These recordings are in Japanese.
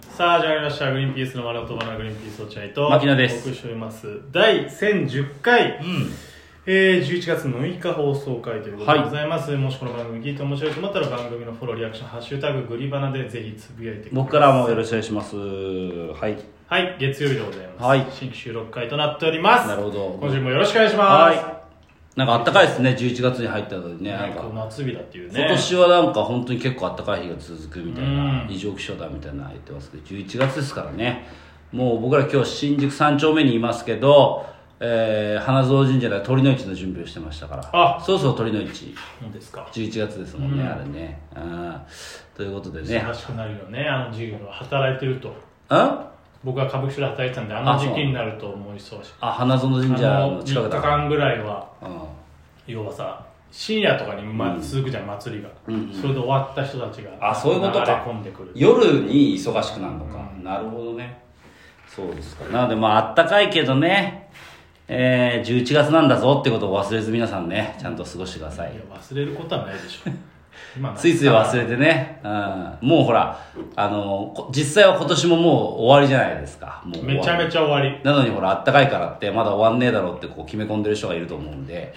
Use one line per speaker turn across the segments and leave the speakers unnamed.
さあ、じゃあやりました。グリーンピースの丸尾とバナナグリーンピース落合と、
牧野です
お送りしております。第1010回、
うん。
えー、11月6日放送回ということでございます。もしこの番組聞いて面白いと思ったら、番組のフォロー、リアクション、ハッシュタグ、グリバナでぜひつぶやいてください。
僕からもよろしくお願いします。はい。
はい、月曜日でございます。
はい
新規収録回となっております。
なるほど
今週もよろしくお願いします。
はい。なんかあったかいですね、11月に入ったのにね。なん
ね
か
こう夏日だっていうね。
今年はなんか本当に結構あったかい日が続くみたいな、
うん
異常気象だみたいな言ってますけど、11月ですからね。もう僕ら今日新宿3丁目にいますけど、えー、花園神社では鳥の市の準備をしてましたから。
あ
そうそう鳥の市。
そうですか。
11月ですもんね、
うん
あれね。うん。ということでね。
忙しくなるよね、あの授業は働いてると。
うん
僕は歌舞伎町で働いてたんで、あの
あ
時期
そう
になると思いそうし。
あ、花園神社
あ
の
の
近
3
く
日
だ。
間ぐらいは
うん
要はさ深夜とかに、ま続くじゃん祭りが、
うんうん
それで終わった人たちが
あそういうことか
流れ込んでくる
夜に忙しくなるのか、
うん
なるほどねそうですかなのでまああったかいけどねえー、11月なんだぞってことを忘れず皆さんねちゃんと過ごしてくださ
い
い
や忘れることはないで しょ今
ついつい忘
れ
れてね、うん、もうほらあのこ実際は今年ももう終わりじゃないですかもう
めちゃめ
ち
ちゃ終わり
ゃなのにほらあったかいからってまだ終わんねえだろうってこう決め込んでる人がいると思う んで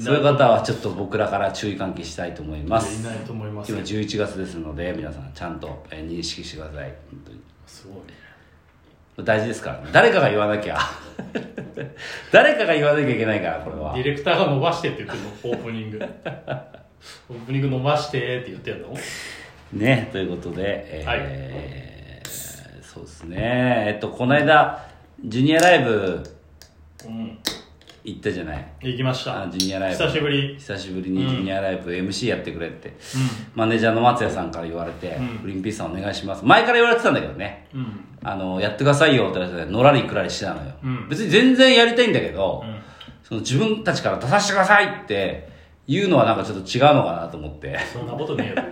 そういう方はちょっと僕らから注意喚起したいと思いま
い
す
ないと思います
今
よ
11月ですので皆さんちゃんとえー認識してください本当に
すごいね
大事ですからね誰かが言わ なきゃ誰かが言わなきゃいけないからこれは
ディレクターが伸ばしてって言ってるのオープニン グオープニング伸ばしてって言ってんの
ねということで、えー
はい
そうですねえっとこの間ジュニアライブ
うん
行ったじゃない
行きました
あジュニアライブ
久しぶり
久しぶりにジュニアライブ MC やってくれって、
う
マネージャーの松也さんから言われて「
うん
グリーンピースさんお願いします」前から言われてたんだけどね
んうん
あのやってくださいよって言われてのらりくらりしてたのよ、
うん
別に全然やりたいんだけど、
うん
その自分たちから出させてくださいって言うのはなんかちょっと違うのかなと思って
そんなことねえよ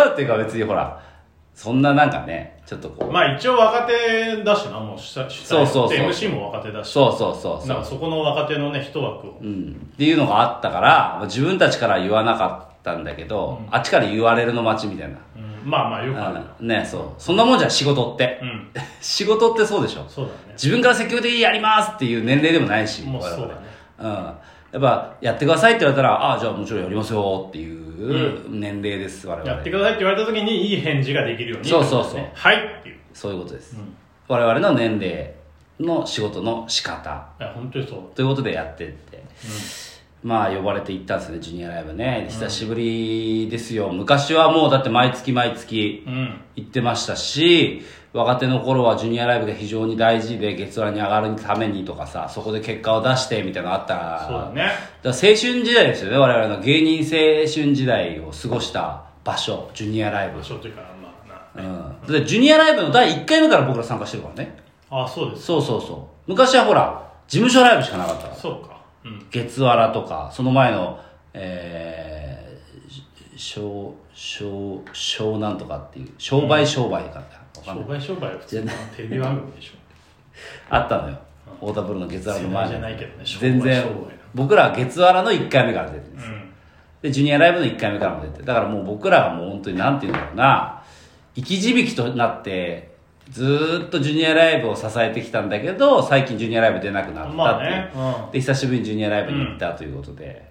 違うっていうか別にほらそんななんかねちょっとこう、
まあ一応若手だしな、もう主催
そうそうそう
で MC も若手だし、
そうそうそうそ
なん
う
か、そこの若手のね、一枠を
う。ん、っていうのがあったからまあ自分たちから言わなかったんだけど、あっちから言われるの待ちみたいな、
うんまあまあよくある。
うんねそうそんなもんじゃん仕事って、
うん、
仕事ってそうでしょ
そうだね。
自分から積極的にやりますっていう年齢でもないし
もうそうだね
我々うん、やっぱやってくださいって言われたらああじゃあもちろんやりますよっていう年齢です、我々
やってくださいって言われた時にいい返事ができるように。
そうそうそう
ねはいっていう。
そういうことです、
うん
我々の年齢の仕事の仕方
いや、本当にそう。
ということでやってって、まあ呼ばれて行ったんですねジュニアライブね久しぶりですよ、昔はもうだって毎月毎月
うん。
行ってましたし若手の頃はジュニアライブが非常に大事で月裏に上がるためにとかさそこで結果を出してみたいなのあったから
そうだね。
だから青春時代ですよね我々の芸人青春時代を過ごした場所ジュニアライブ
場、所というか、まあな。
うん、だってジュニアライブの第1回目から僕ら参加してるからね
あ、そうです。
そうそうそう昔はほら事務所ライブしかなかったから
そうか。うん。
月わらとかその前のえー、小小小なんとかっていう商売商売かって
商
わかんない、
売商売は普通のテレビ番組でしょ。
あったのよ太田プロの月わらの前
世代じゃないけどね商売
全然
商売な
僕らは月わらの1回目から出てるんです
うん。
で、ジュニアライブの1回目からも出て、だからもう僕らはもう本当になんていうんだろうな、生き字引きとなって、ずーっとジュニアライブを支えてきたんだけど、最近ジュニアライブ出なくなった
ま
っ
あ
ていう。
ね。うん。
で、久しぶりにジュニアライブに行ったということで、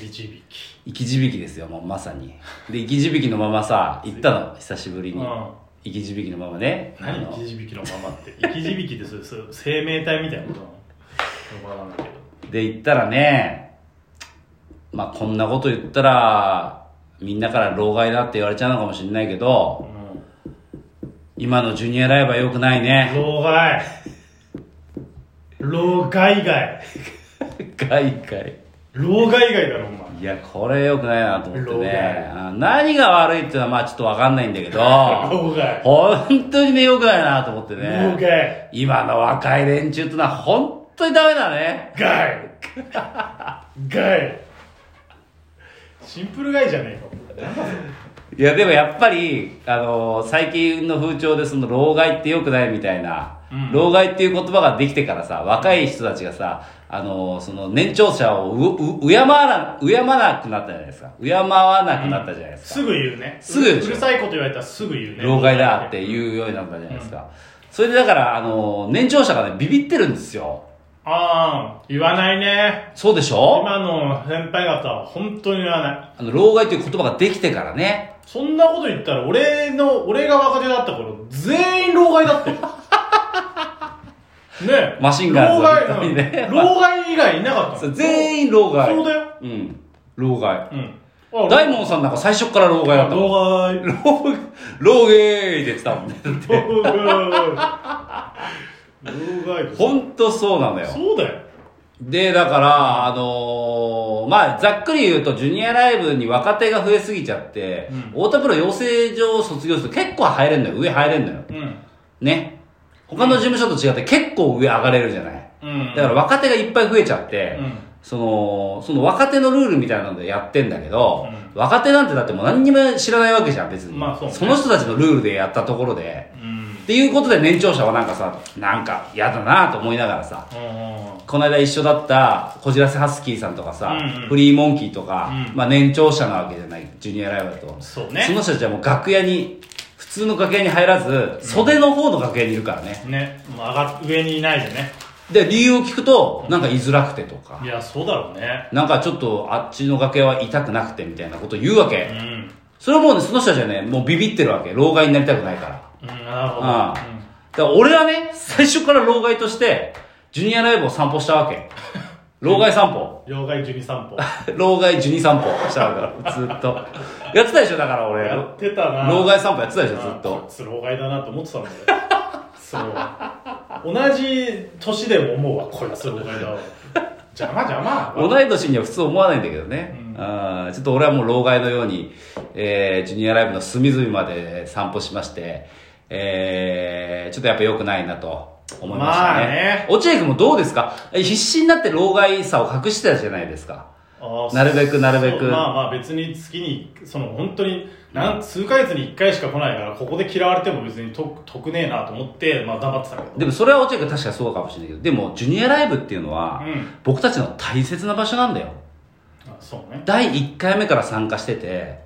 いびちびき。
生き字引きですよ、もうまさに。で、生き字引きのままさ、行ったの、久しぶり
う
に。
ん。
生き字引きのままね。あ
何
の
生き字引きのままって生き字引きってそうそう生命体みたいなことなのわからない
で、行ったらね、まあこんなこと言ったら、みんなから老害だって言われちゃうのかもしれないけど、
け
今のジュニアライブは良くないね。
ど、うん、老害老害外
外界。
老害外だろお前
いや、これ良くないなと思って
老
ね
害。
あ何が悪いっていうのはまあちょっとわかんないんだけど、
老害
本当にね、良くないなと思って
老
ね。
害
今の若い連中ってのは本当にダメだね。
害害シンプル害じゃねえか
いや、でもやっぱり、あの最近の風潮でその老害って良くないみたいな、
うん
老害っていう言葉ができてからさ、若い人たちがさ、あのその年長者をうう敬わな敬わなくなったじゃないですか敬わなくなったじゃないですか、
すぐ言うね
すぐ言う
う
でしょ
るさいこと言われたらすぐ言うね
老害だって言うようになったじゃないですか、それでだからあの年長者がねビビってるんですよ
ああ言わないね
そうでしょ
今の先輩方は本当に言わない
あの老害という言葉ができてからね
そんなこと言ったら俺の俺が若手だった頃全員老害 だってねえ
マシンガンズ
老害
みたいに ね
うん老害以外いなかった
そう
の
全員老害
そうだよ
うん老害
うんあ
大門さんなんか最初から老害だったもん
老害
老 老ゲーで言ってたもんね
老害老害です
ほんとそうなのよ
そうだよ
でだからあのーまあざっくり言うとジュニアライブに若手が増えすぎちゃって、
うん
太田プロ養成所を卒業すると結構入れんのよ上入れんのよ
うん
ね他の事務所と違って結構上上がれるじゃない
うん
だから若手がいっぱい増えちゃって、
うん
そのその若手のルールみたいなのでやってんだけど、
う
若手なんてだってもう何にも知らないわけじゃん別に、
まあそうね
の人たちのルールでやったところで
うん
っていうことで年長者はなんかさなんか嫌だなと思いながらさ
うん
この間一緒だったこじらせハスキーさんとかさ、
うんうん
フリーモンキーとか、
うん
まあ、年長者なわけじゃないジュニアライブだと
そうね
その人たちはもう楽屋に普通の楽屋に入らず袖の方の楽屋にいるからね、
ねもう上が上にいないでね
で理由を聞くとなんか居づらくてとか
いやそうだろうね
なんかちょっとあっちの楽屋は痛くなくてみたいなことを言うわ
う
け、
ん
それはもうねその人たちはねもうビビってるわけ老害になりたくないからだか
うんなるほど
ああら俺はね最初から老害としてジュニアライブを散歩したわけ老害散歩、
うん妖怪12散歩
老害ジュニ散歩したわけだずっとやってたでしょだから俺
やってたな
老害散歩やってたでしょず
あ
っ
こといつ老害だなと思ってたもんね そう同じ年でも思うわこいつ老害だわ邪魔邪魔
同い年には普通思わないんだけどね、
うん
あーちょっと俺はもう老害のように、えージュニアライブの隅々まで散歩しまして、えー、ちょっとやっぱ良くないなと思いました
まあ
ね
ね
落合君もどうですかえ必死になって老害さを隠してたじゃないですか
あー
なるべくなるべく
そうまあまあ別に月にその本当に何数ヶ月に1回しか来ないからここで嫌われても別に得得ねえなと思ってまあ黙ってたけど
でもそれは落合君確かそうかもしれないけどでもジュニアライブっていうのは、
うん
僕たちの大切な場所なんだよ
あそうね
第1回目から参加してて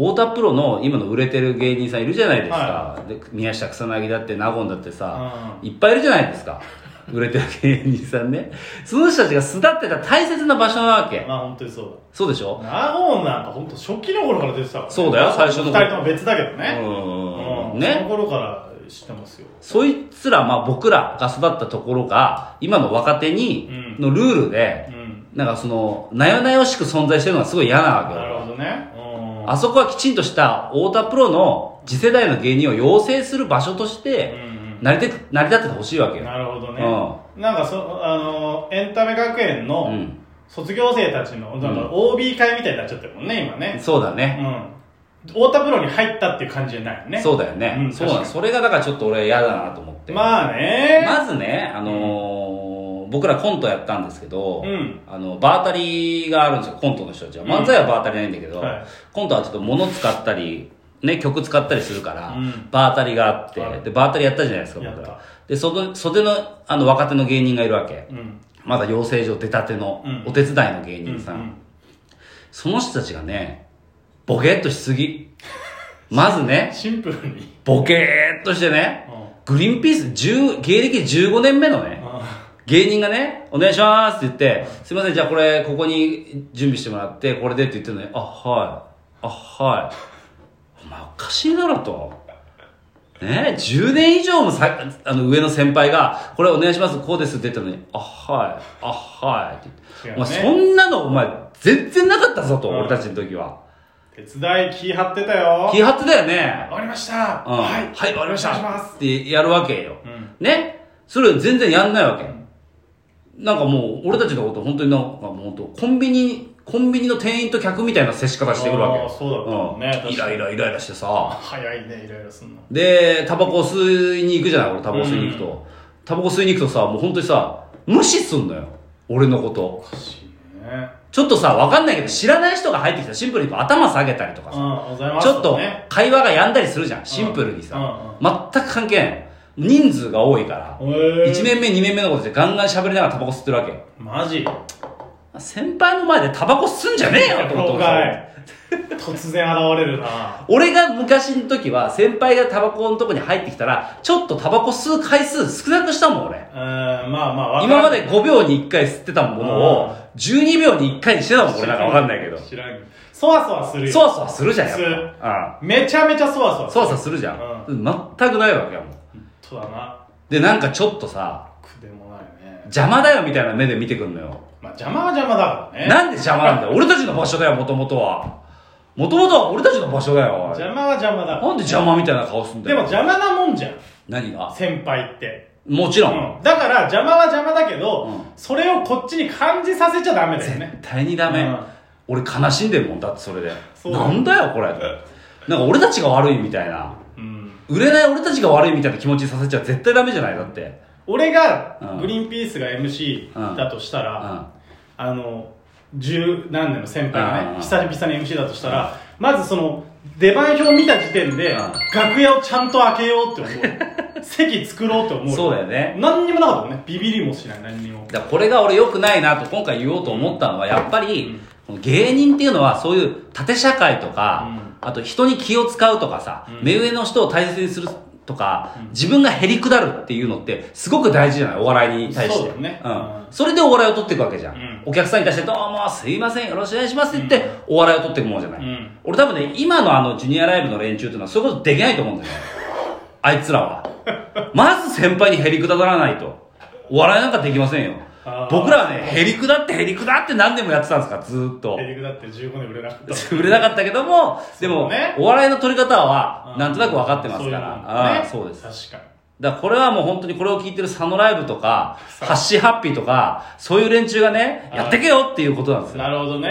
うん
太田プロの今の売れてる芸人さんいるじゃないですか、
は
で宮下草薙だって納言だってさ、
う
いっぱいいるじゃないですか売れてる芸人さんねその人たちが巣立ってた大切な場所なわけ
まあ本当にそうだ
そうでしょ
ナゴンなんか本当初期の頃から出てたから
そうだよ最初の頃
2人とも別だけど
う
ね
ーん
その
ね
頃から知ってますよ
そいつら、まあ、僕らが育ったところが今の若手に
うん
のルール
う
で、
ん
なんかそのなよなよしく存在してるのがすごい嫌なわけよ
なるほどねうん
あそこはきちんとした太田プロの次世代の芸人を養成する場所として
うん
成り立て成り立っててほしいわけ
うん
よ。
なるほどねなんかそあのエンタメ学園
う
の
ん、
卒業生たちのなんか OB 会みたいになっちゃってるもんね今ね
そうだ
う
ね。
ん太田プロに入ったっていう感じじゃないよね
そうだよね。
うん
そうなの
確かに
それがだからちょっと俺嫌だなと思って。
まあね
まずね、あのー僕らコントやったんですけど、
うん
あのバータリーがあるんですよコントの人たちは
うん
漫才はバータリーないんだけど、
はい
コントはちょっと物使ったり、ね、曲使ったりするから、
うん
バータリーがあって、
はい
でバータリーやったじゃないですか
や
僕
った
らでその袖のあの若手の芸人がいるわけ、
うん
まだ養成所出たての
うん
お手伝いの芸
うん
人さん、
うん
その人たちがねボケっとしすぎまずね
シンプルに
ボケーっとしてね
うん
グリーンピース10芸歴15年目のね
あ
芸人がね「お願いします」って言って「すいませんじゃあこれここに準備してもらってこれで」って言ってるのに「あはいあはい」お前おかしいだろと。ねえ、10年以上もさあの上の先輩が、これお願いします、こうですって言ったのに、あ、はい、あ、はいって言って、
違うね
お前そんなのお前全然なかったぞと、
うん
俺たちの時は。
手伝い気張ってたよ
気張ってたよね
終。わりました、
うん。はい、終わりました。
お願いします
ってやるわけよ。
うん
ねそれを全然やんないわけ。なんかもう、俺たちのこと、本当になんかもう本当、コンビニ、コンビニの店員と客みたいな接し方してくるわけ
あ
よ。
ーそうだったもんね
うん。イ
確か
ラ
に
イライライラしてさ。
早いねイライラすんの
で、タバコ吸いに行くじゃない俺タバコ吸いに行くと。タバコ吸いに行くとさ、もう本当にさ、無視すんのよ。俺のこと
お。かしいね
ちょっとさ、わかんないけど、知らない人が入ってきたらシンプルにこう頭下げたりとかさ
う。んございます
ちょっと
ね
会話がやんだりするじゃん。シンプルに
うん
さ。全く関係ない。人数が多いから、
えー、
1年目2年目のことでガンガン喋りながらタバコ吸ってるわけ
マジ
先輩の前でタバコ吸んじゃねえよと思
お
って俺
か
さ
い突然現れるな
俺が昔の時は先輩がタバコのとこに入ってきたらちょっとタバコ吸う回数少なくしたもん 俺
うーんまあまあわか
今
らん
まで5秒に1回吸ってたものを
うん
12秒に1回にしてたもん俺なんかわかんないけど
知らんそわそわするよ
そわそわするじゃんやっ
する
ぱ
めちゃめちゃそわそ
うん
わ
そわそわするじゃん、全くないわけやもん
とだな
でなんかちょっとさ
くでもないね
邪魔だよみたいな目で見てくんのよ
まあ邪魔は邪魔だからね
なんで邪魔なんだよ俺たちの場所だよもともとはもともとは俺たちの場所だよおい
邪魔は邪魔だ
なんで邪魔みたいな顔すんだ
でも
よ
邪魔なもんじゃん
何が
先輩って、
もちろん、
うん、だから邪魔は邪魔だけど、
うん
それをこっちに感じさせちゃダメだよ
絶
ね
対にダメ、
うん
俺悲しんでるもんだってそれで
そう
なんだよこれなんか俺たちが悪いみたいな
うん
売れない俺たちが悪いみたいな気持ちにさせちゃ絶対ダメじゃないだって
俺が
うん
グリーンピースが MC だとした
う
ら、
ん
あの十何年の先輩が
う
ね
ん
久々に MC だとしたら、まずその出番表見た時点で、
うん
楽屋をちゃんと開けようって 思う席作ろうって思う
そうだよね
何にもなかったもんねビビりもしない何にも
だからこれが俺良くないなと今回言おうと思ったのはやっぱり、この芸人っていうのはそういう縦社会とか、
うん
あと人に気を使うとかさ、
うん
目上の人を大切にするとか、
うん
自分がへりくだるっていうのってすごく大事じゃないお笑いに対して
そうだね
ん
うん
それでお笑いを取っていくわけじゃん、
うん
お客さんに対して「どうもすいませんよろしくお願いします」って言って、お笑いを取っていくものじゃない、
うん
俺多分ね今のあのジュニアライブの連中っていうのはそういうことできないと思うんだよねあいつ らはまず先輩にへりくだらないとお笑いなんかできませんよ
あー
僕らはねへりくだってへりくだって何年もやってたんですからずーっと
エリクだって15年売れなかった
売れなかったけどもでも、
そうね
お笑いの取り方は
うん
なんとなく分かってます
そういう
か
もん
ら
ね
あーそうです
確か
だからこれはもう本当にこれを聞いてる佐野ライブとか
さ
ハッシーハッピーとかそういう連中がね
あー
やってけよっていうことなんですよ
になるほどね